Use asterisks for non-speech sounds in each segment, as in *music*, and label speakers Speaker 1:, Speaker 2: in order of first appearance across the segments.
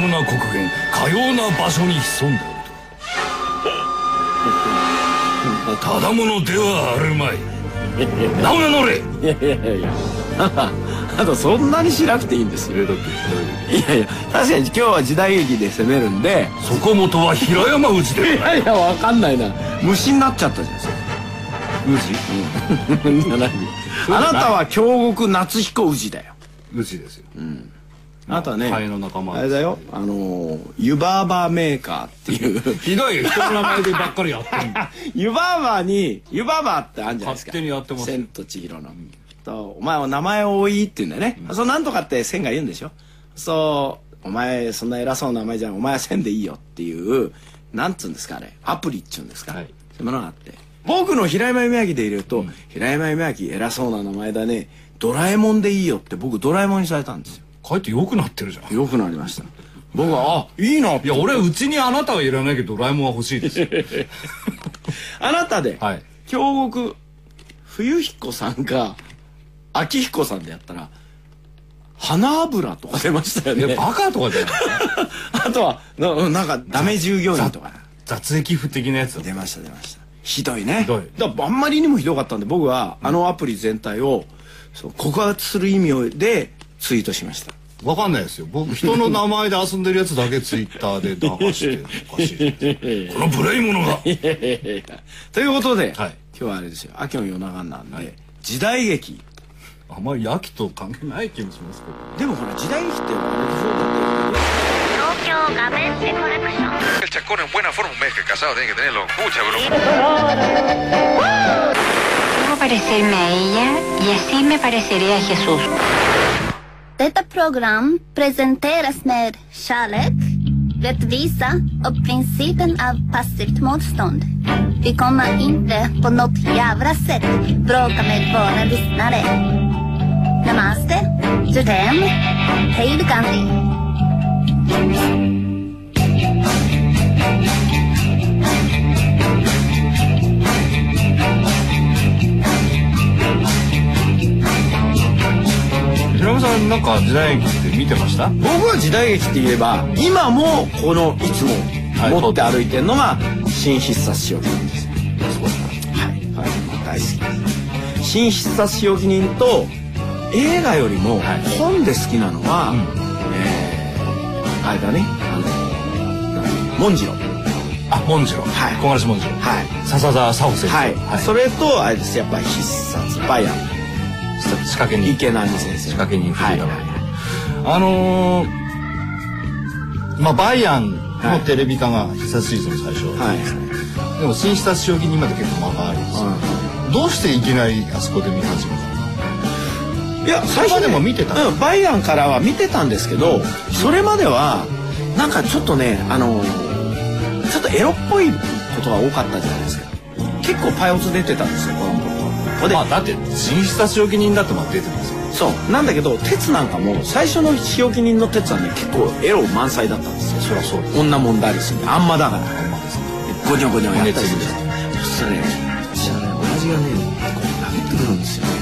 Speaker 1: ぶな刻限かような場所に潜んだことただものではあるまい
Speaker 2: *laughs*
Speaker 1: 名前乗れ
Speaker 3: いやいやいやいや *laughs* あとそんなにしなくていいんですよいやいや確かに今日は時代劇で攻めるんで
Speaker 1: そこもとは平山氏で
Speaker 3: いやいやわかんないな虫になっちゃったじゃんそれ氏うん *laughs* あなたは京極夏彦氏だよ
Speaker 2: 氏ですよ
Speaker 3: あなたはね
Speaker 2: ハエの仲間
Speaker 3: あれだよあのー湯婆婆メーカーっていう
Speaker 2: ひどい人の名前でばっかりやってんの
Speaker 3: 湯婆婆に湯婆婆ってあるんじゃないです
Speaker 2: 勝
Speaker 3: か
Speaker 2: 手にやってます
Speaker 3: 千と千尋の、とお前は名前多いって言うんだよね、そうなんとかって千が言うんでしょそうお前そんな偉そうな名前じゃんお前は千でいいよっていうなんつうんですかあれアプリっちゅうんですか、
Speaker 2: はい
Speaker 3: そういうものがあって僕の平山夢明で入れると、平山夢明偉そうな名前だねドラえもんでいいよって僕ドラえもんにされたんですよ
Speaker 2: かえって良くなってるじゃん
Speaker 3: よくなりました僕はあいいない
Speaker 2: や俺うちにあなたはいらないけどドラえもんは欲しいですよ
Speaker 3: あなたで、
Speaker 2: *laughs* はい
Speaker 3: 京極冬彦さんか秋彦さんでやったら花油とか出ましたよ
Speaker 2: いや
Speaker 3: ね
Speaker 2: バカとかじゃない
Speaker 3: あとはななんかダメ従業員とか
Speaker 2: 雑液不的なやつ
Speaker 3: 出ました出ましたひどいね
Speaker 2: ひどい
Speaker 3: だからあんまりにもひどかったんで僕はあのアプリ全体をそう告発する意味でツイートしました
Speaker 2: わかんないですよ僕人の名前で遊んでるやつだけツイッターで流してるおかしいじゃないです
Speaker 1: こ
Speaker 2: か *laughs*
Speaker 1: の無礼者が
Speaker 3: ということで、
Speaker 2: はい
Speaker 3: 今日はあれですよ秋の夜長なんで、時代劇
Speaker 2: あんまりヤキと関係ない気もしますけど
Speaker 3: でもほら時代劇ってあれでしょだって
Speaker 4: Tokyo Gamente Collection.
Speaker 5: El chacón en buena forma, un mes que casado tiene que tenerlo. Mucha broma.
Speaker 6: Debo parecerme a ella y así me pareceré a Jesús.
Speaker 7: Detta program presenteras med kärlek, rättvisa och principen av passivt motstånd. Vi kommer inte på något jävla sätt bråka med våra lyssnare. Namaste, Jodem, Hej Gandhi.
Speaker 2: 平山さんなんか時代劇って見てました
Speaker 3: 僕は時代劇って言えば今もこのいつも持って歩いてるのが新必殺仕置きなんですよはい、はい、大好きです新必殺仕置き人と映画よりも本で好きなのは、えーあれだねあの文次郎
Speaker 2: あ文次郎
Speaker 3: はい
Speaker 2: 小林文次郎
Speaker 3: はい
Speaker 2: 笹沢沙穂先生
Speaker 3: はい、そ
Speaker 2: れ
Speaker 3: れとあれですやっぱ必殺バイアン
Speaker 2: 仕掛け人
Speaker 3: 池波先生仕
Speaker 2: 仕掛け人
Speaker 3: はい、
Speaker 2: 藤田あのーまあバイアンのテレビ化が必殺シーズン最初、
Speaker 3: はい
Speaker 2: でも新必殺将棋にまで結構間があるんですよ、どうしていきなりあそこで見始めたの
Speaker 3: いや
Speaker 2: それまでも見てた
Speaker 3: うん、バイアンからは見てたんですけどそれまではなんかちょっとねあのちょっとエロっぽいことが多かったじゃないですか結構パイオツ出てたんですよこの子で、
Speaker 2: まあだって新必殺将棋人だってまあ出てますよ
Speaker 3: そうなんだけど鉄なんかも最初の仕置き人の鉄はね結構エロ満載だったんですよ
Speaker 2: そりゃそうです
Speaker 3: 女もんだりするあんまだから
Speaker 2: ほんまですね
Speaker 3: ゴニョゴニョやったりするじゃんそしたらねそしたらね親父がねこう殴ってくるんですよね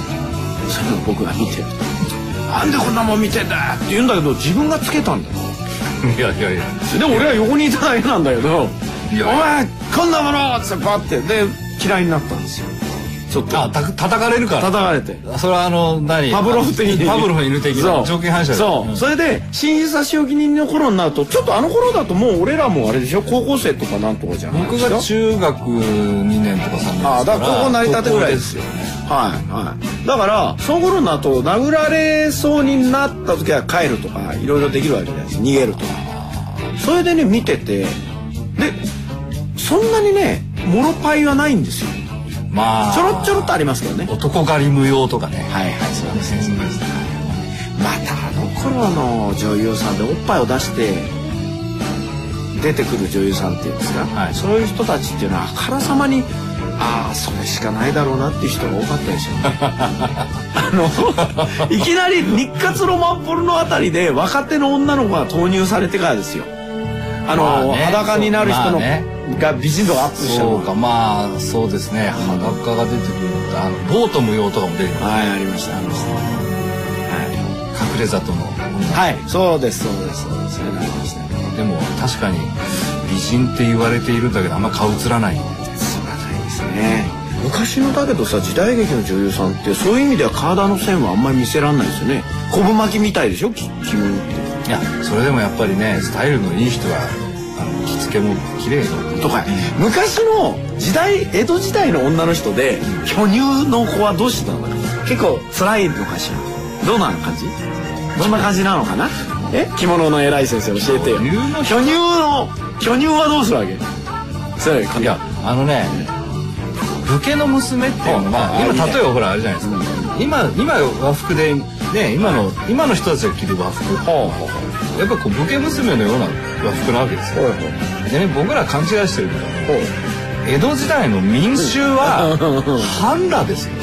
Speaker 3: それを僕が見てると「なんでこんなもん見てんだ!」って言うんだけど自分がつけたんだよ
Speaker 2: *laughs* いやいやいや
Speaker 3: で俺は横にいただけなんだけど「
Speaker 2: いや
Speaker 3: お前こんなもの!」ってパッてで嫌いになったんですよちょっ
Speaker 2: あ
Speaker 3: と
Speaker 2: た叩かれるから
Speaker 3: 叩かれて
Speaker 2: それはあの何
Speaker 3: パブロフ的に
Speaker 2: パブロフ犬的な
Speaker 3: そう
Speaker 2: 条件反射で
Speaker 3: そう、
Speaker 2: ん
Speaker 3: それで新必殺仕置き人の頃になるとちょっとあの頃だともう俺らもあれでしょ高校生とかなんとかじゃないで
Speaker 2: 僕
Speaker 3: すか
Speaker 2: が中学2年とか3年ですから
Speaker 3: ああだから高校成り立てぐらいですよ
Speaker 2: 高校
Speaker 3: ねはいはいだからその頃になると殴られそうになった時は帰るとかいろいろできるわけじゃないですか逃げるとかそれでね見ててでそんなにねモロパイはないんですよ
Speaker 2: まあ
Speaker 3: ちょろっちょろっとありますけどね
Speaker 2: 男狩り無用とかね
Speaker 3: はいはいそうですねそうですねまたあの頃の女優さんでおっぱいを出して出てくる女優さんっていうんですか、
Speaker 2: はい
Speaker 3: そういう人たちっていうのはあからさまにああそれしかないだろうなっていう人が多かったでしょうねあのいきなり日活ロマンポルのあたりで若手の女の子が投入されてからですよあの、
Speaker 2: まあね
Speaker 3: 裸になる人の、
Speaker 2: まあね
Speaker 3: が美人度がアップした
Speaker 2: そ
Speaker 3: の
Speaker 2: うか
Speaker 3: が
Speaker 2: まあそうですね裸が出てくるあのボート無用とかも出るよ
Speaker 3: はいありましたありましたはい
Speaker 2: 隠レザとの音楽
Speaker 3: はいそうですそうですそうですそうですね
Speaker 2: でも確かに美人って言われているんだけどあんま顔映らない
Speaker 3: ね昔のだけどさ時代劇の女優さんってそういう意味では体の線はあんまり見せらんないですよね昆布巻きみたいでしょき着物っ
Speaker 2: いやそれでもやっぱりねスタイルのいい人はあの着付けも綺麗
Speaker 3: て
Speaker 2: よ
Speaker 3: とか昔の時代江戸時代の女の人で巨乳の子はどうしてたのかな結構辛いのかしらどんな感じどんな感じなのかなえ着物の偉い先生教えてよ
Speaker 2: 巨乳の
Speaker 3: 巨乳の巨乳はどうするわけそれ
Speaker 2: いやあのね武家の娘っていうのは
Speaker 3: あ
Speaker 2: 今
Speaker 3: いいね
Speaker 2: 例えばほらあれじゃないですか今今和服でね今の今の人たちが着る和服やっぱこう武家娘のような和服なわけですよでね僕ら勘違いしてるけど江戸時代の民衆は半裸ですよ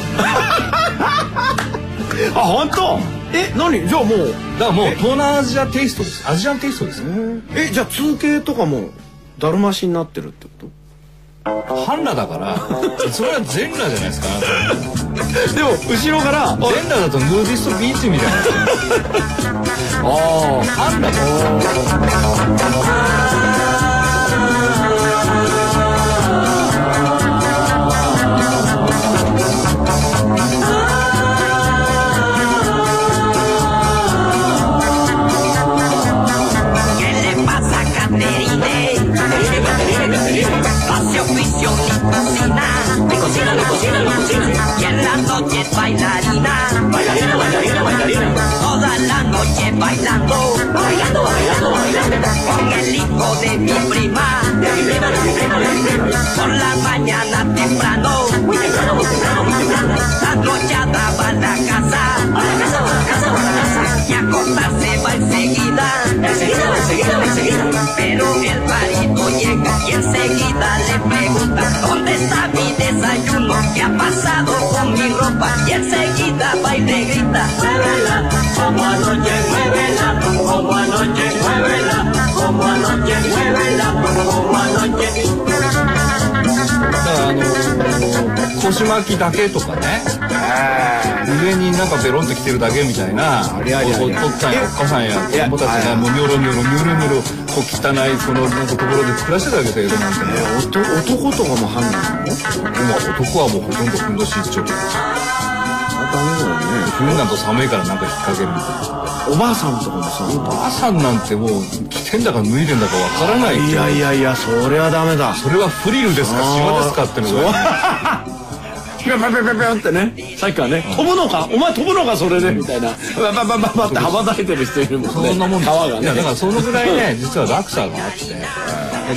Speaker 3: あ本当え何じゃあもう
Speaker 2: だからもう東南アジアテイストですアジアンテイストですよ
Speaker 3: えじゃあ通形とかもだるましになってるってこと
Speaker 2: 半裸だからそれは全裸じゃないですか
Speaker 3: でも後ろから
Speaker 2: 全裸だとヌーディストビーチみたいな
Speaker 3: *laughs* あ
Speaker 2: 半裸だからあのー腰巻きだけとかね上になんかベロンと着てるだけみたいなおお
Speaker 3: りゃりゃりゃ
Speaker 2: 父っつぁんやお母さんや子
Speaker 3: いや
Speaker 2: 供たちがもうニョロニョロニョロニョロこう汚いこのなんかところで暮らしてたわけだよなんてね
Speaker 3: 男とかも犯人なの
Speaker 2: 今男はもうほとんどふんどし一丁
Speaker 3: あ
Speaker 2: 冬なんと寒いからなんか引っ掛けるみたいな
Speaker 3: ダメだよねおばあさんとかもさ
Speaker 2: 朝なんてもう着てんだか脱いでんだかわからない
Speaker 3: いやいやいやそれはダメだ
Speaker 2: それはフリルですかシワですかってのが
Speaker 3: *laughs* ピョンピョンピョンピョンってねさっきはね飛ぶのかお前飛ぶのかそれでみたいなバババババって羽ばたいてる人いるもんね
Speaker 2: そんなもん
Speaker 3: 皮
Speaker 2: です
Speaker 3: が
Speaker 2: いやだから
Speaker 3: ね
Speaker 2: そのぐらいね実は落差があってい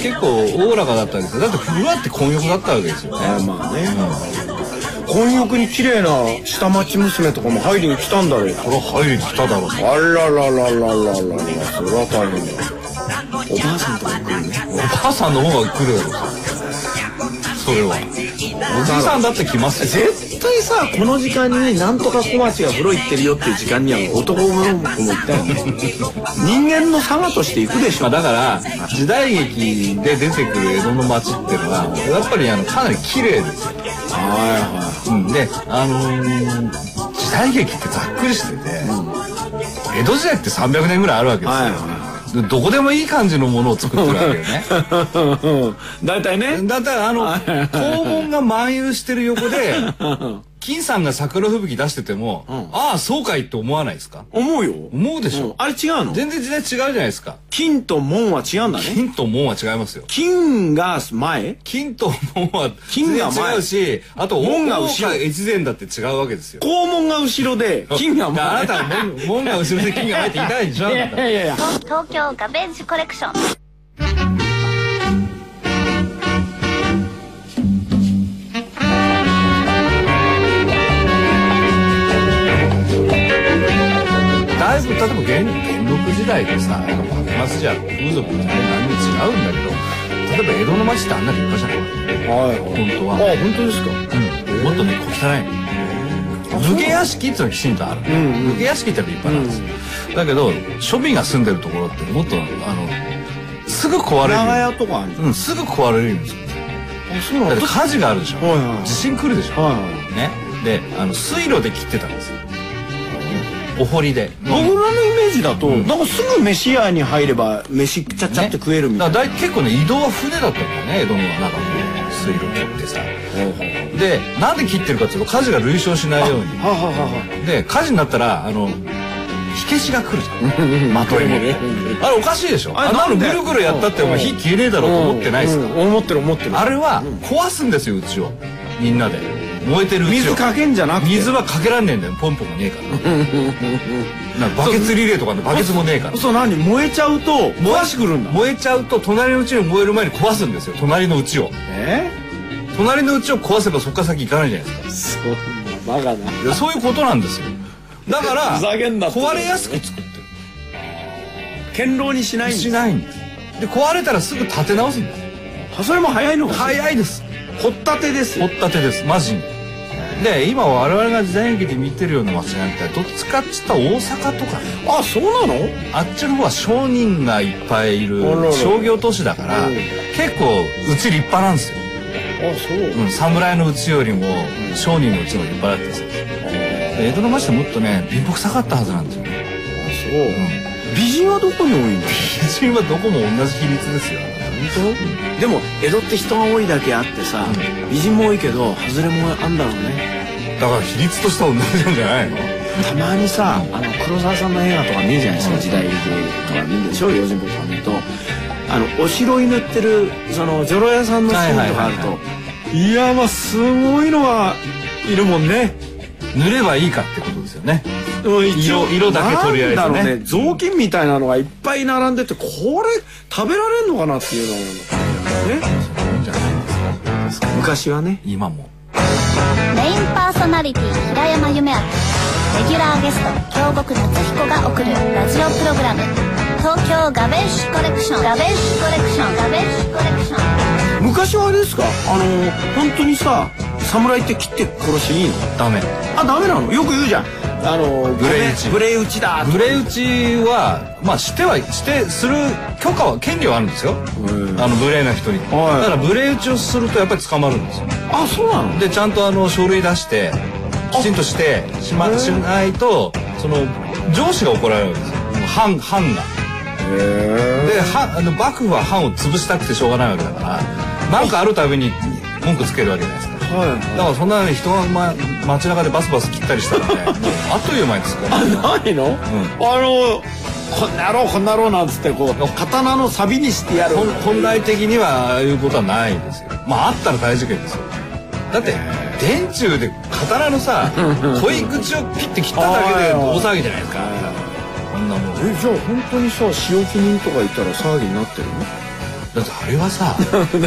Speaker 2: や結構おおらかだったんですよだってふわって混浴だったわけですよね
Speaker 3: まあね婚浴に綺麗な下町娘とかも入りに来たんだろう
Speaker 2: これ入りきただろう
Speaker 3: あららららららららそれは大変だおばあさんとか来るね
Speaker 2: お母さんの方が来るだろうそれはおじいさんだって来ますよ
Speaker 3: 絶対さこの時間にねなんとか小町が風呂行ってるよっていう時間には男も女も行ったよね人間の差がとして行くでし
Speaker 2: ま
Speaker 3: ょ
Speaker 2: あだから時代劇で出てくる江戸の町っていうのはやっぱりあのかなり綺麗ですよ
Speaker 3: は
Speaker 2: うん、であのー時代劇ってざっくりしてて、江戸時代って300年ぐらいあるわけですよ、
Speaker 3: はい
Speaker 2: でどこでもいい感じのものを作ってるわけよね
Speaker 3: い大体ね
Speaker 2: *laughs* だったらあの肛門が漫遊してる横
Speaker 3: *laughs*
Speaker 2: で金さんが桜吹雪出してても、ああそうかいって思わないですか
Speaker 3: 思うよ
Speaker 2: 思うでしょ、
Speaker 3: あれ違うの
Speaker 2: 全然時代違うじゃないですか
Speaker 3: 金と門は違うんだね
Speaker 2: 金と門は違いますよ
Speaker 3: 金が前
Speaker 2: 金と門は
Speaker 3: 金
Speaker 2: 全
Speaker 3: が
Speaker 2: 然
Speaker 3: 前
Speaker 2: 違うしあと
Speaker 3: 門
Speaker 2: 門
Speaker 3: が
Speaker 2: が
Speaker 3: 後
Speaker 2: 後
Speaker 3: ろ
Speaker 2: ろ越前だって違うわけですよ
Speaker 3: 肛門が後ろで金が
Speaker 2: だからあ
Speaker 3: 前
Speaker 2: なたは門門が後ろで金が前って言いたいでしょあなた
Speaker 3: いやいや
Speaker 4: 東京ガベージコレクション
Speaker 2: だいぶ例えば元元禄時代でさなんか幕末じゃ風俗の時代何も違うんだけど例えば江戸の町ってあんな立派じゃない
Speaker 3: はい
Speaker 2: 本当
Speaker 3: あ
Speaker 2: は、
Speaker 3: 本当ですか
Speaker 2: うん、もっとねこう汚いの武家屋敷っていうのはきちんとある、武家屋敷ってやっぱ立派なんですよ、だけど庶民が住んでるところってもっとあのすぐ壊
Speaker 3: 長
Speaker 2: れ
Speaker 3: 屋とかある
Speaker 2: る、うん、すぐ壊れるんですよ
Speaker 3: あそうな
Speaker 2: だっ
Speaker 3: ん
Speaker 2: て
Speaker 3: だ
Speaker 2: 火事があるでしょ、
Speaker 3: はいはい
Speaker 2: 地震来るでしょ、
Speaker 3: はいはい
Speaker 2: ねであの水路で切ってたんですよお堀で
Speaker 3: 僕らのージだと、なんかすぐ飯屋に入れば飯ちゃちゃって食えるみたいな、
Speaker 2: だから大結構ね移動は船だったんだよね江戸の中の水路切ってさでなんで切ってるかっていうと火事が類焼しないように
Speaker 3: はあはあは
Speaker 2: で火事になったらあの火消しが来るじゃん
Speaker 3: あまとめね
Speaker 2: あれおかしいでしょ
Speaker 3: あれ
Speaker 2: あんな
Speaker 3: な
Speaker 2: の
Speaker 3: ん
Speaker 2: ぐ
Speaker 3: で
Speaker 2: るぐるやったってお前火消えねえだろうと思ってないですか
Speaker 3: うん思ってる思ってる
Speaker 2: あれは壊すんですようちをみんなで燃えてるうちを
Speaker 3: 水かけんじゃなくて
Speaker 2: 水はかけらんねえんだよポンポンがねえからなんかバケツリレーとかのバケツもねえから
Speaker 3: 嘘何燃えちゃうと
Speaker 2: 燃
Speaker 3: 壊してくるんだ
Speaker 2: 燃えちゃうと隣のうちに燃える前に壊すんですよ隣のうちを
Speaker 3: え
Speaker 2: 隣のうちを壊せばそっから先行かないじゃないですか
Speaker 3: そんなバカない
Speaker 2: やそういうことなんですよだから
Speaker 3: ふざけんなって
Speaker 2: 壊れやすく作って
Speaker 3: 堅牢にしない
Speaker 2: る
Speaker 3: ん
Speaker 2: し
Speaker 3: です
Speaker 2: ないんですで壊れたらすぐ立て直すんです
Speaker 3: あそれも早いのか
Speaker 2: 早いです
Speaker 3: 掘ったてです
Speaker 2: 掘ったてですマジにで今我々が時代劇で見てるような街なんてどっちかっつったら大阪とかね
Speaker 3: あそうなの
Speaker 2: あっちの方は商人がいっぱいいる
Speaker 3: あらら
Speaker 2: 商業都市だから
Speaker 3: うん
Speaker 2: 結構うち立派なんですよ、
Speaker 3: あそう
Speaker 2: うん、侍のうちよりも商人のうちの方が立派だってさで江戸の町ってもっとね貧乏くさかったはずなんですよ *laughs*
Speaker 3: そう美人はどこに多いんだ
Speaker 2: 基準はどこも同じ比率ですよ
Speaker 3: 本当でも江戸って人が多いだけあってさ美人も多いけど外れもあんだろうね
Speaker 2: だから比率としては同じなんじゃないの
Speaker 3: たまにさあの黒沢さんの映画とか見るじゃないですか時代劇とか見るでしょ用心棒とか見るとあのお城に塗ってるその女郎屋さんのシーンとかあ
Speaker 2: は
Speaker 3: る
Speaker 2: いは
Speaker 3: といやまあすごいのはいるもんね
Speaker 2: 塗ればいいかってことですよね
Speaker 3: うん
Speaker 2: 色色だけとりあえずね
Speaker 3: なんだろうね雑巾みたいなのがいっぱい並んでてこれ食べられるのかなっていうのがね
Speaker 2: いいんじゃないですか
Speaker 3: 昔はね
Speaker 2: 今も
Speaker 7: メインパーソナリティ平山夢明レギュラーゲスト京極夏彦が送るラジオプログラム「東京ガベッシュコレクション」ガベッシュコレクションガベッシュコレクション
Speaker 3: 昔はあれですかあの本当にさ侍って切って殺していいの
Speaker 2: ダメ
Speaker 3: あダメなのよく言うじゃんあの
Speaker 2: 無礼打ち
Speaker 3: 無礼打ちだ
Speaker 2: グレ打ちはまあしてはしてする許可は権利はあるんですよあの無礼な人にだ
Speaker 3: はい
Speaker 2: から無礼打ちをするとやっぱり捕まるんですよ
Speaker 3: あそうなの
Speaker 2: でちゃんとあの書類出してきちんとしてし,、ま、しないとその上司が怒られるんですよ藩藩がで藩あの幕府は藩を潰したくてしょうがないわけだから何かあるたびに文句つけるわけじゃないですか
Speaker 3: はい
Speaker 2: だからそんなに人が、ま、街中でバスバス切ったりしたらねもうあっという間につく
Speaker 3: ないの、あのこんな野郎こんな野郎なんつってこう刀の錆にしてやる
Speaker 2: 本本来的にはああいうことはないですよまああったら大事件ですよだって電柱で刀のさ濃い口をピッて切っただけで大騒ぎじゃないですかこんなもん
Speaker 3: えじゃあ本当にさ仕置き人とかいたら騒ぎになってる
Speaker 2: だってあれは
Speaker 3: *laughs*
Speaker 2: さ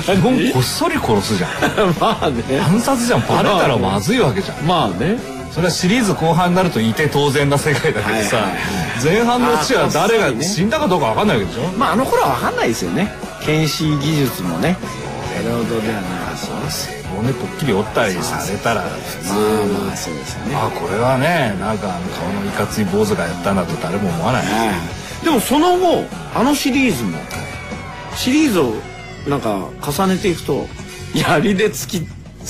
Speaker 2: 基本こっそり殺すじゃん
Speaker 3: の *laughs* まあね
Speaker 2: 暗殺じゃんバレたらまずいわけじゃん
Speaker 3: まあね
Speaker 2: それはシリーズ後半になるといて当然な世界だけどさ
Speaker 3: はいはい
Speaker 2: 前半のうちは誰
Speaker 3: あー
Speaker 2: が
Speaker 3: そうです
Speaker 2: 死んだかどうか分かんないわけでしょ
Speaker 3: まああの頃は分かんないですよね検視技術もねなるほどではないし
Speaker 2: 骨ぽっきり折ったりされたら普通
Speaker 3: まあまあそうですよね
Speaker 2: あこれはねなんかあの顔のいかつい坊主がやったんだと誰も思わない
Speaker 3: でもその後あのシリーズもシリーズをなんか重ねていくと槍で突き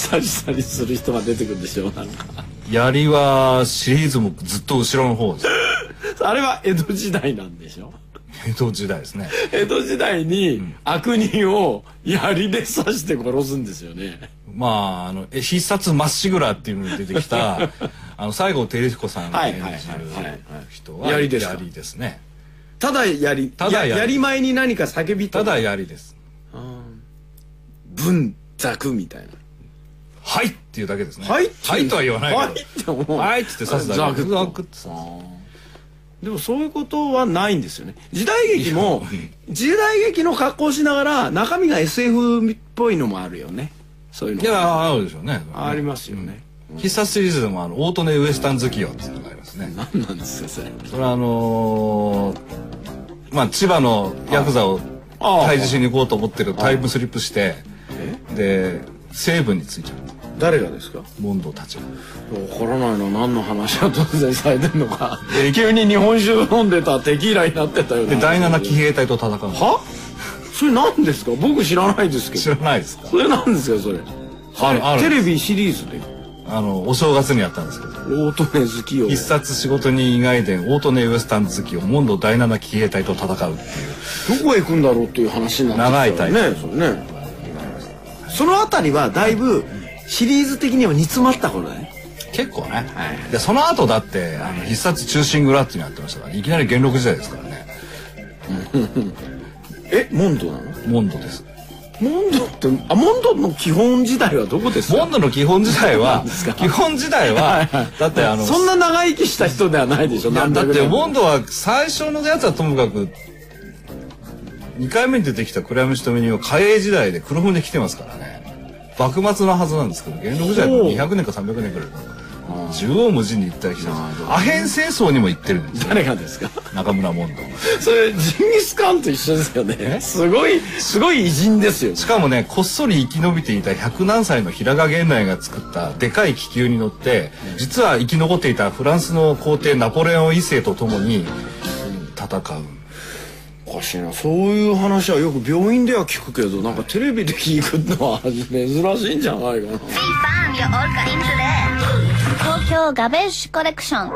Speaker 3: 刺したりする人が出てくるんでしょなんか
Speaker 2: 槍はシリーズもずっと後ろの方です
Speaker 3: あれは江戸時代なんでしょ
Speaker 2: 江戸時代ですね
Speaker 3: 江戸時代に悪人を槍で刺して殺すんですよね
Speaker 2: まああのえ必殺まっしぐらっていうのに出てき
Speaker 3: *laughs*
Speaker 2: たあの西郷輝彦さんが演じる
Speaker 3: はいはいはいはい
Speaker 2: 人は
Speaker 3: 槍ですか
Speaker 2: 槍ですね
Speaker 3: ただ槍
Speaker 2: ただ槍
Speaker 3: や槍前に何か叫び
Speaker 2: た
Speaker 3: と
Speaker 2: だ槍です
Speaker 3: 文作みたいな
Speaker 2: はいっていうだけですね
Speaker 3: はい
Speaker 2: はいとは言わない
Speaker 3: は
Speaker 2: け
Speaker 3: いって思う
Speaker 2: どはいっつって刺すだけ
Speaker 3: ザクッと
Speaker 2: クッと刺す
Speaker 3: でもそういうことはないんですよね時代劇も時代劇の格好をしながら中身が SF っぽいのもあるよねそういうの
Speaker 2: いやあるでしょうね
Speaker 3: ありますよね、
Speaker 2: 必殺シリーズでもあのオートネウエスタン好きよっていうのがありますね
Speaker 3: 何なんですかそれ
Speaker 2: それはあのーまあ千葉のヤクザを
Speaker 3: ああ
Speaker 2: 退治しに行こうと思ってるタイムスリップしてで西部に着いちゃう
Speaker 3: 誰がですか
Speaker 2: モンドたちが
Speaker 3: わからないの何の話が突然されてんのか急に日本酒飲んでたテキーラになってたよね
Speaker 2: で第7騎兵隊と戦うの
Speaker 3: はそれ何ですか僕知らないですけ
Speaker 2: 知
Speaker 3: ど
Speaker 2: らないですか
Speaker 3: それ何ですかそれ
Speaker 2: あるある
Speaker 3: テレビシリーズで
Speaker 2: あの、お正月にやったんですけど、
Speaker 3: オートネ好きよ
Speaker 2: 必殺仕事人以外伝、オートネウエスタン好きをモンド第7騎兵隊と戦うっていう。
Speaker 3: どこへ行くんだろうっていう話になってきたよねそれねそのあたりはだいぶシリーズ的には煮詰まった頃だね
Speaker 2: 結構ね、でその後だってあの必殺忠臣蔵っていうのやってましたからいきなり元禄時代ですからね
Speaker 3: えモンドなの
Speaker 2: モンドです
Speaker 3: モンドってあモンドの基本時代はどこです
Speaker 2: モンドの基本時代は
Speaker 3: そうなんですか
Speaker 2: 基本時代はだってあの
Speaker 3: そんな長生きした人ではないでしょ
Speaker 2: いや
Speaker 3: 何
Speaker 2: だ
Speaker 3: 百
Speaker 2: っ
Speaker 3: 年
Speaker 2: てモンドは最初のやつはともかく2回目に出てきた暗闇仕留め人は嘉永時代で黒船来てますからね幕末のはずなんですけど元禄時代の200年か300年くらいかな縦横無尽に行ったり来たりアヘン戦争にも行ってるん
Speaker 3: *laughs*
Speaker 2: ですよ
Speaker 3: 誰がですか
Speaker 2: 中村モンド
Speaker 3: それジンギスカンと一緒ですよね
Speaker 2: え
Speaker 3: すごいすごい偉人ですよ
Speaker 2: しかもねこっそり生き延びていた百何歳の平賀源内が作ったでかい気球に乗って実は生き残っていたフランスの皇帝ナポレオン一世と共に戦う
Speaker 3: おかしいなそういう話はよく病院では聞くけどなんかテレビで聞くのは *laughs* 珍しいんじゃないかな
Speaker 4: Bam, you're all kind today.
Speaker 7: 東京ガベージュコレクション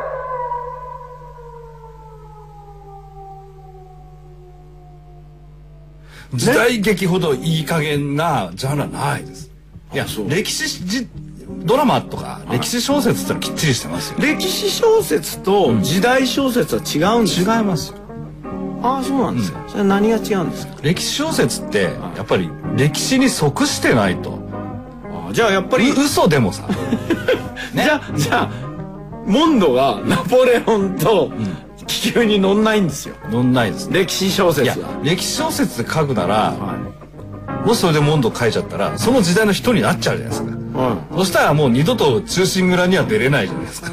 Speaker 2: 時代劇ほどいい加減なジャンルはないですいや
Speaker 3: あそう
Speaker 2: 歴史じドラマとか歴史小説ってのはきっちりしてますよ
Speaker 3: 歴史小説と時代小説は違うんですか、
Speaker 2: 違いますよ
Speaker 3: ああそうなんですか、それは何が違うんですか
Speaker 2: 歴史小説ってやっぱり歴史に即してないと
Speaker 3: あじゃあやっぱり、
Speaker 2: う嘘でも
Speaker 3: *laughs*
Speaker 2: さね
Speaker 3: じゃあじゃあモンドがナポレオンと気球に乗んないんですよ
Speaker 2: 乗んないです
Speaker 3: 歴史小
Speaker 2: いや
Speaker 3: 説は
Speaker 2: 歴史小説で書くなら、
Speaker 3: は
Speaker 2: もしそれでモンド書いちゃったらその時代の人になっちゃうじゃないですか
Speaker 3: い、は
Speaker 2: そしたらもう二度と中心蔵には出れないじゃないですか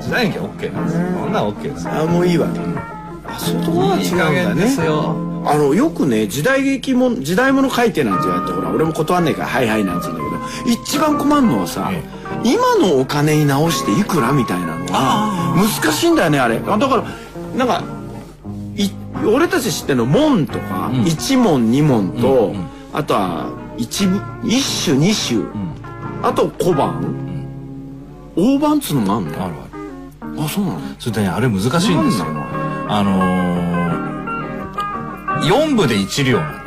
Speaker 2: 時代劇は OK なんですよそんなんは OK ですよ
Speaker 3: い、あもういいわあそういうところが違うんだ
Speaker 2: いい加減
Speaker 3: ね
Speaker 2: ですよ
Speaker 3: あのよくね時代劇も時代物書いてなんて言われてほら俺も断んねえから「はいはい」なんて言うんだけど一番困るのはさ、
Speaker 2: え
Speaker 3: 今のお金に直していくらみたいなのが難しいんだよねあれあだからなんかい俺たち知ってるの門とか、
Speaker 2: ん
Speaker 3: 一門二門と、
Speaker 2: うんうん
Speaker 3: あとは一部一種二種、あと小判、大判っつうのもあん
Speaker 2: あ
Speaker 3: の
Speaker 2: るある
Speaker 3: あそうなの
Speaker 2: それでねあれ難しいんですよ
Speaker 3: なんな
Speaker 2: あのー、4部で1両なんだ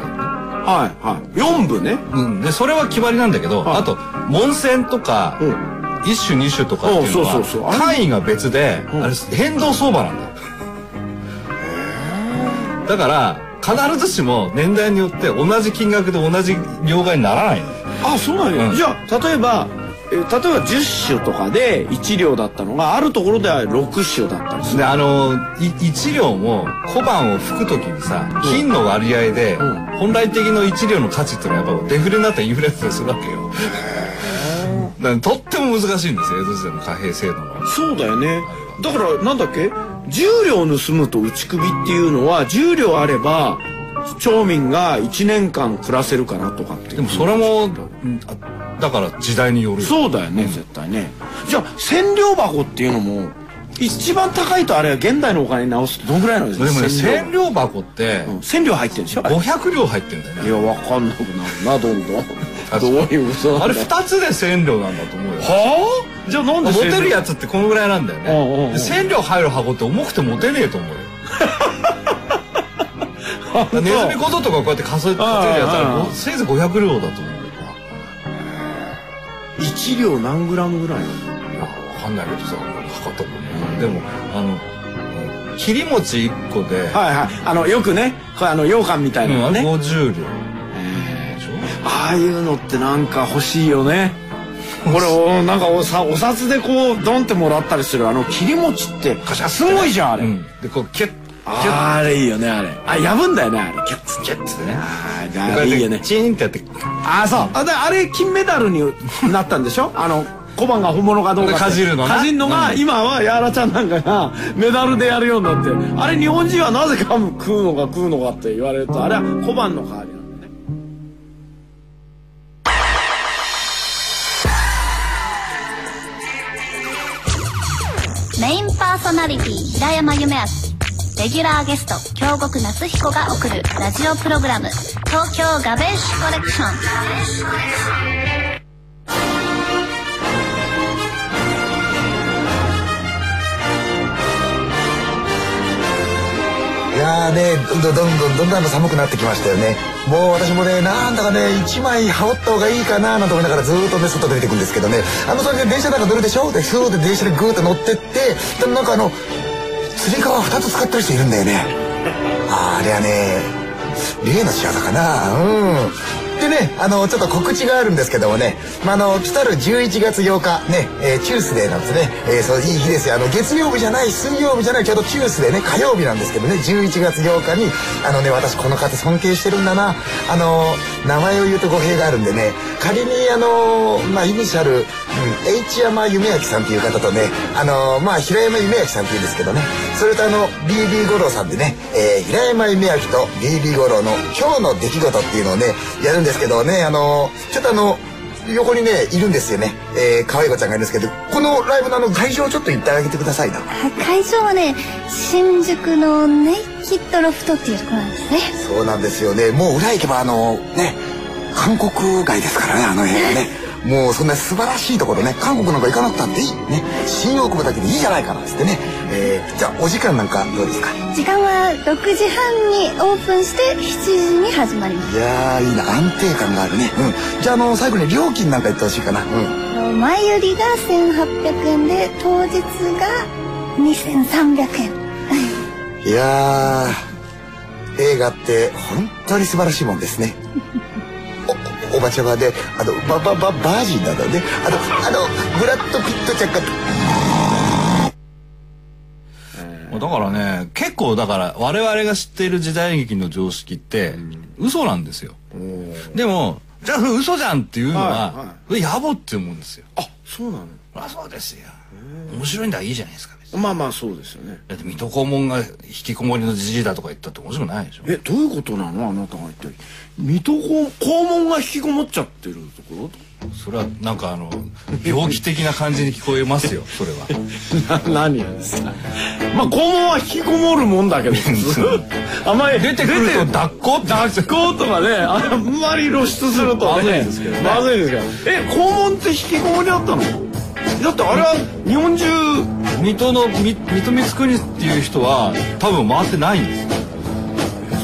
Speaker 3: はいはい四部ね
Speaker 2: うん、でそれは決まりなんだけど、
Speaker 3: はい
Speaker 2: あと門戦とか、
Speaker 3: うん
Speaker 2: 一種二種とかっていうの
Speaker 3: おうそうそうそうあ
Speaker 2: は
Speaker 3: れ
Speaker 2: 単位が別で、
Speaker 3: うん
Speaker 2: あれ変動相場なんだよだから必ずしも年代によって同じ金額で同じ両替にならないの
Speaker 3: あそうなんや、
Speaker 2: うん
Speaker 3: じゃあ例えばえー例えば10種とかで1両だったのがあるところでは6種だったんです
Speaker 2: で
Speaker 3: ね
Speaker 2: あのい1両も小判を吹く時にさ金の割合で、
Speaker 3: うん
Speaker 2: 本来的の1両の価値っていうのはやっぱデフレになったらインフレだったりするわけよだからとっても難しいんですよ江戸時代の貨幣制度の
Speaker 3: そうだよねだからなんだっけ10両盗むと打ち首っていうのは10両あれば町民が1年間暮らせるかなとかっていう
Speaker 2: でもそれも、うんあだから時代によるよ
Speaker 3: そうだよね、絶対ねじゃあ千両箱っていうのも一番高いとあれは現代のお金に直すとどんぐらいなんです
Speaker 2: で
Speaker 3: か
Speaker 2: もね千両箱って
Speaker 3: うん千両入ってるんでしょあれ
Speaker 2: 500両入ってるんだよ
Speaker 3: い
Speaker 2: ね
Speaker 3: やわかんなくなるなどんどん
Speaker 2: か
Speaker 3: どう
Speaker 2: に
Speaker 3: いう嘘
Speaker 2: あ
Speaker 3: なん
Speaker 2: れ
Speaker 3: だよ
Speaker 2: 2つで千両なんだと思うよ
Speaker 3: はあじゃあなんで
Speaker 2: モ
Speaker 3: 千両
Speaker 2: テるやつってこのぐらいなんだよ
Speaker 3: うんうんうん
Speaker 2: ねで千両入る箱って重くてモテねえと思うよだからネズミこととかこうやって数えてるやつ
Speaker 3: うんうん
Speaker 2: あ
Speaker 3: うん
Speaker 2: れせいぜい500両だと思うよ
Speaker 3: 1両何グラムぐらいない
Speaker 2: やわかんないけどさ測ったもんねでもあの切り餅1個で、
Speaker 3: のはいはいあのよくねこれあの羊羹みたいな
Speaker 2: うん
Speaker 3: のね、
Speaker 2: 50両でしょ
Speaker 3: ああいうのってなんか欲しいよねこれおなんかおさお札でこうドンってもらったりするあの切り餅ってすごいじゃんあれ、
Speaker 2: うん、でこうキュッキュッ
Speaker 3: あれいいよねあれあやぶんだよねあれキャッツキャッツ
Speaker 2: ね
Speaker 3: あ
Speaker 2: こう
Speaker 3: ー
Speaker 2: や
Speaker 3: あ
Speaker 2: っ
Speaker 3: れ
Speaker 2: て
Speaker 3: いいよね
Speaker 2: チーンってやって
Speaker 3: あーそうあであれ金メダルになったんでし *laughs* ょあの小判が本物かどうかって
Speaker 2: かじるのな
Speaker 3: かじるのが、今はやらちゃんなんかがメダルでやるようになってあれ日本人はなぜか食うのか食うのかって言われるとあれは小判の代わりなんだね
Speaker 7: メインパーソナリティ平山夢明レギュラーゲスト京極夏彦が送るラジオプログラム「東京ガベージュコレクション」
Speaker 8: やーねどんどんどんどんどんどん寒くなってきましたよねもう私もねなんだかね一枚羽織った方がいいかななんて思いながらずーっとね外出ていくんですけどねあのそれで電車なんか乗るでしょでスーッて電車でグーッと乗ってってでなんかあの釣り革2つ使ってる人いるんだよねあーあれはね例の仕業かなうんでねあのちょっと告知があるんですけどもね、まあ、あの来たる11月8日ね、えーチュースデーなんですね、えーそういい日ですよあの月曜日じゃない水曜日じゃないちょうどチュースデーね火曜日なんですけどね11月8日にあのね私この方尊敬してるんだなあの名前を言うと語弊があるんでね仮にあのまあイニシャル、うん、H 山夢明さんっていう方とねあのまあ平山夢明さんっていうんですけどねそれとあの BB 五郎さんでね、えー平山夢明と BB 五郎の今日の出来事っていうのをねやるんですけどねあのちょっとあの横にねいるんですよね、えー、可愛い子ちゃんがいるんですけどこのライブのあの会場をちょっと行ってあげてくださいな
Speaker 7: 会場はね新宿のネイキッドロフトっていうところなんですね
Speaker 8: そうなんですよねもう裏行けばあのね韓国街ですからねあの辺はねもうそんな素晴らしいところね韓国なんか行かなくたっていいね新大久保だけでいいじゃないかなんつってね、えーじゃあお時間なんかどうですか
Speaker 7: 時間は6時半にオープンして7時に始まります
Speaker 8: いやーいいな安定感があるねうんじゃああの最後に料金なんか言ってほしいかなうん
Speaker 7: 前売りが1800円で当日が2300円
Speaker 8: いやー映画って本当に素晴らしいもんですね *laughs* おおおばちゃまであのババババージンなんだねあのあのブラッド・ピットちゃんが
Speaker 2: まあだからね、結構だから我々が知っている時代劇の常識って嘘なんですよ。でも、じゃあ嘘じゃんっていうのは、それ野暮って思うんですよ。
Speaker 3: あそうなの
Speaker 2: そりゃそうですよ。面白いんだらいいじゃないですか、別に。
Speaker 3: まあまあそうですよね
Speaker 2: だって水戸黄門が引きこもりのじじいだとか言ったって面白くないでしょ。
Speaker 3: えどういうことなのあなたが言ってる水戸黄黄門が引きこもっちゃってるとこ
Speaker 2: それはなんかあの、病気的な感じに聞こえますよ、それは。
Speaker 3: ろ何やですかまあ肛門は引きこもるもんだ *laughs* けどあんまり出て
Speaker 2: 出てよ、脱行って話
Speaker 3: 脱行とかねあんまり露出するとねまずいですけど、まずいですけどえ肛門って引きこもりだったのだってあれは日本中
Speaker 2: 水戸の、み水戸光圀っていう人は多分回ってないんですよ。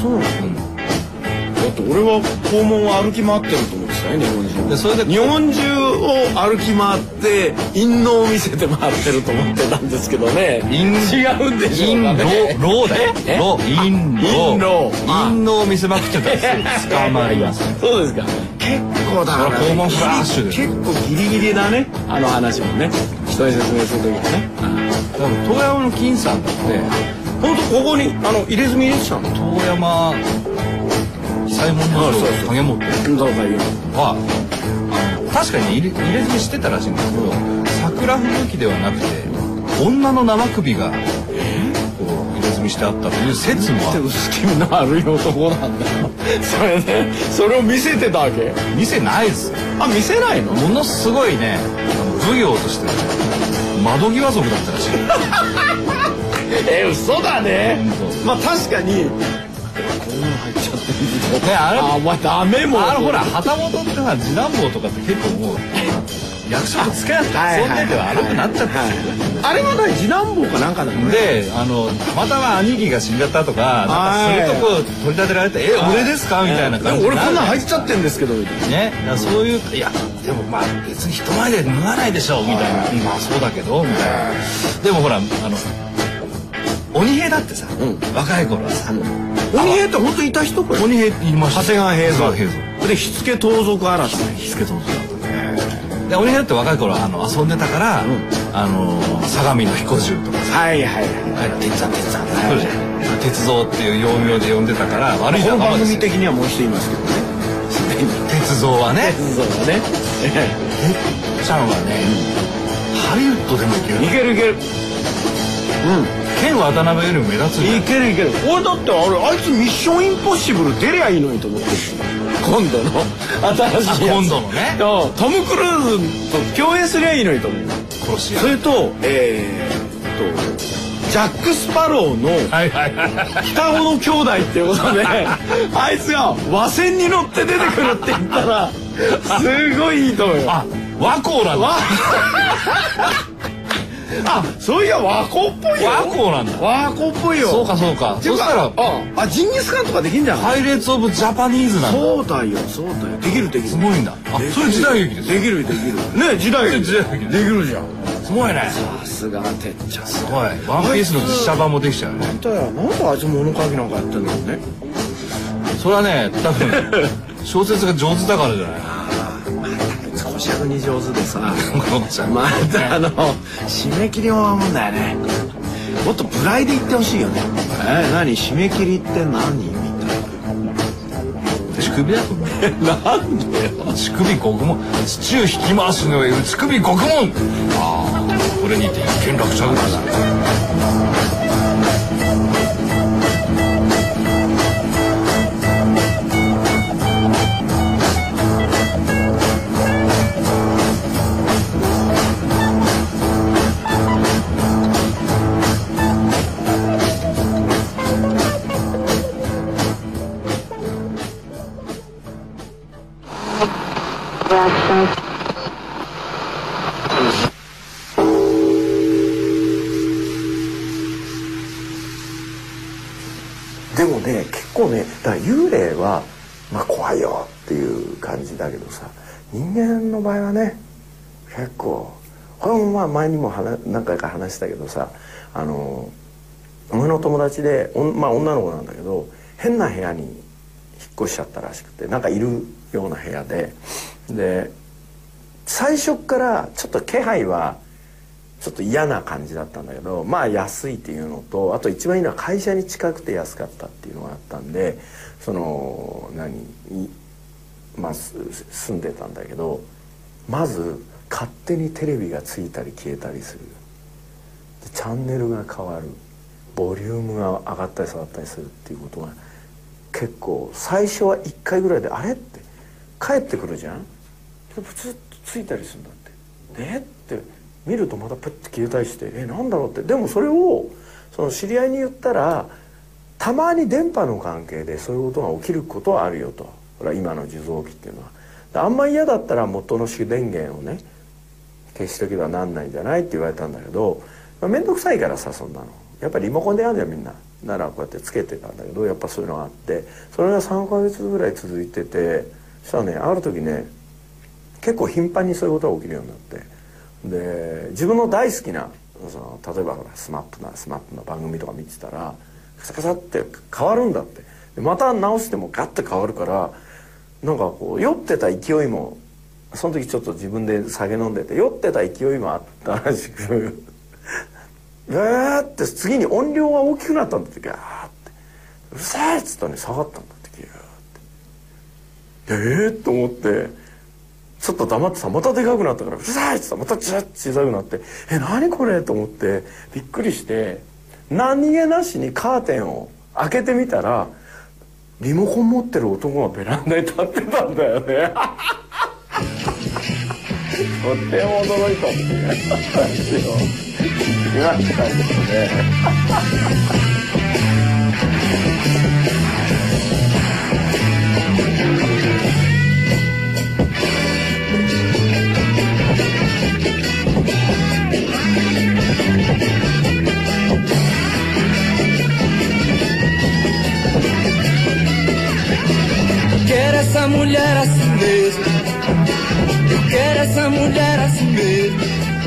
Speaker 3: そうなのだって俺は肛門を歩き回ってると思ってたよ日本人
Speaker 2: でそれで
Speaker 3: 日本中を歩き回って陰謀を見せて回ってると思ってたんですけどね
Speaker 2: 陰
Speaker 3: 違うんでし
Speaker 2: 陰
Speaker 3: ょうかね
Speaker 2: 謀、老だよ。
Speaker 3: え
Speaker 2: 老、陰謀。
Speaker 3: 陰謀あ
Speaker 2: 陰謀を見せまくってたんですよ。捕まります。
Speaker 3: そうですか結構だから、
Speaker 2: 肛門フラッシュです
Speaker 3: 結構ギリギリだねあの話もね人に説明する時はね
Speaker 2: 多分遠山の金さんだって、
Speaker 3: 本当ここにあの入れ墨入れてたの
Speaker 2: 遠山、久右衛門の
Speaker 3: あそうそう
Speaker 2: 影持ってる
Speaker 3: そうか言う
Speaker 2: は、あの確かに入れ入れ墨してたらしいんですけど、桜吹雪ではなくて、女の生首が、こう、入れ墨してあったという説もあ
Speaker 3: って
Speaker 2: る。
Speaker 3: 薄気味の悪い男なんだよそれで、それを見せてたわけ
Speaker 2: 見せないです。
Speaker 3: あ見せないの
Speaker 2: ものすごいね、あの奉行として、窓際族だったら
Speaker 3: *laughs*
Speaker 2: しい。
Speaker 3: え嘘だね
Speaker 2: 本
Speaker 3: まあ確かに
Speaker 2: ね、あれ
Speaker 3: あお前ダメもう
Speaker 2: あのほら旗本ってさ次男坊とかって結構もう役職つけなくて
Speaker 3: はい
Speaker 2: 遊
Speaker 3: はい
Speaker 2: んでて悪くなっちゃったんですよ
Speaker 3: あれは何次男坊かなんかだよね
Speaker 2: であのたまたま兄貴が死んじゃったとか
Speaker 3: は
Speaker 2: なん
Speaker 3: い
Speaker 2: かそういうとこ取り立てられて「え俺ですか?」みたいな
Speaker 3: で
Speaker 2: 感
Speaker 3: も
Speaker 2: じ
Speaker 3: 俺こんなん入
Speaker 2: っ
Speaker 3: っちゃってんですけどみたいな
Speaker 2: ねだからそういういやでもまあ別に人前で脱がないでしょみたいな「うんまあそうだけど」みたいなでもほらあの鬼平だってさ、若い頃はさ
Speaker 3: 鬼平って本当いた人これ
Speaker 2: 鬼平いました
Speaker 3: 長谷川平蔵
Speaker 2: 長谷川
Speaker 3: で火付盗賊嵐
Speaker 2: 火付盗賊で俺だって若い頃はあの遊んでたから、あの相模の彦十とかさ
Speaker 3: はいはいはい
Speaker 2: 「はい鉄山鉄山」って来るじゃん鉄道っていう幼名で呼んでたから悪い
Speaker 3: この
Speaker 2: 仲間
Speaker 3: 番
Speaker 2: で
Speaker 3: 組
Speaker 2: すよ
Speaker 3: 的にはもうしていますけどね
Speaker 2: 鉄道はね
Speaker 3: そうだね
Speaker 2: 鉄ちゃんはね、ハリウッドでもいける
Speaker 3: いけるいける
Speaker 2: 剣渡辺よりも目立つじゃん
Speaker 3: いけるいける俺だってあれあいつミッションインポッシブル出りゃいいのにと思ってる今度の新しいや
Speaker 2: あ
Speaker 3: つ
Speaker 2: 今度のね
Speaker 3: うんトム・クルーズと共演すりゃいいのにと思う
Speaker 2: 殺し屋
Speaker 3: それとえー、っとジャック・スパローの
Speaker 2: はいはいはい
Speaker 3: 双子の兄弟っていうこと *laughs* であいつが和船に乗って出てくるって言ったらすごいいいと思うよ
Speaker 2: あ和光なんだ
Speaker 3: わ *laughs* あそういや和光っぽいよ
Speaker 2: 和光なんだ
Speaker 3: 和光っぽいよ
Speaker 2: そうかそうか
Speaker 3: っていう
Speaker 2: そしたら
Speaker 3: ああジンギスカンとかできんじゃん
Speaker 2: パイレーツ・オブ・ジャパニーズなんだ
Speaker 3: そうだよそうだよできるできる
Speaker 2: すごいんだあそれ時代劇です
Speaker 3: できるできるね時代劇できるじゃん
Speaker 2: すごいね
Speaker 3: さすがてっちゃん
Speaker 2: すごいワンピースの実写版もできちゃうよね
Speaker 3: だよなんであいつ物書きなんかやってんだろうね
Speaker 2: それはね多分小説が上手だからじゃない
Speaker 3: 小尺に上手でさ
Speaker 2: このちゃん
Speaker 3: またあの締め切りを守んだよねもっとプライで言ってほしいよねえ何締め切りって *laughs* 何みたい
Speaker 2: 乳首だと思う
Speaker 3: ななんでよ
Speaker 2: 乳首獄門シチュー引き回しの上乳首獄門ああこれにて一件落着です
Speaker 9: でもね結構ねだから幽霊は、まあ、怖いよっていう感じだけどさ人間の場合はね結構これもまあ前にも話何回か話したけどさあの俺の友達で、おんまあ、女の子なんだけど変な部屋に引っ越しちゃったらしくてなんかいるような部屋でで最初っからちょっと気配はちょっと嫌な感じだったんだけどまあ安いっていうのとあと一番いいのは会社に近くて安かったっていうのがあったんでその何いまあす住んでたんだけどまず勝手にテレビがついたり消えたりするでチャンネルが変わるボリュームが上がったり下がったりするっていうことが結構最初は1回ぐらいで「あれ?」って帰ってくるじゃんでプツッとついたりするんだって「えっ?」て見るとまたプッて消えたりして「えなんだろう?」ってでもそれをその知り合いに言ったらたまに電波の関係でそういうことが起きることはあるよとこれは今の受像機っていうのは。であんまり嫌だったら元の主電源をね消しとけばなんないんじゃないって言われたんだけどまあ面倒くさいからさそんなのやっぱりリモコンでやるじゃんみんなならこうやってつけてたんだけどやっぱそういうのがあってそれが3ヶ月ぐらい続いててそしたらねある時ね結構頻繁にそういうことが起きるようになってで自分の大好きなその例えばほらスマップなスマップの番組とか見てたらカサカサって変わるんだってでまた直してもガッて変わるからなんかこう酔ってた勢いもその時ちょっと自分で酒飲んでて酔ってた勢いもあったらしく *laughs* えーって次に音量が大きくなったんだってガーってうるせえっつったのに下がったんだってギューってえーっと思ってちょっと黙ってたまたでかくなったから「うるさい!」っつったらまたちらっと小さくなって「え何これ?」と思ってびっくりして何気なしにカーテンを開けてみたらリモコン持ってる男がベランダに立ってたんだよね *laughs* とっても驚いたっていう話をしましたけどね
Speaker 10: Quero essa mulher assim mesmo. Quero essa mulher assim mesmo.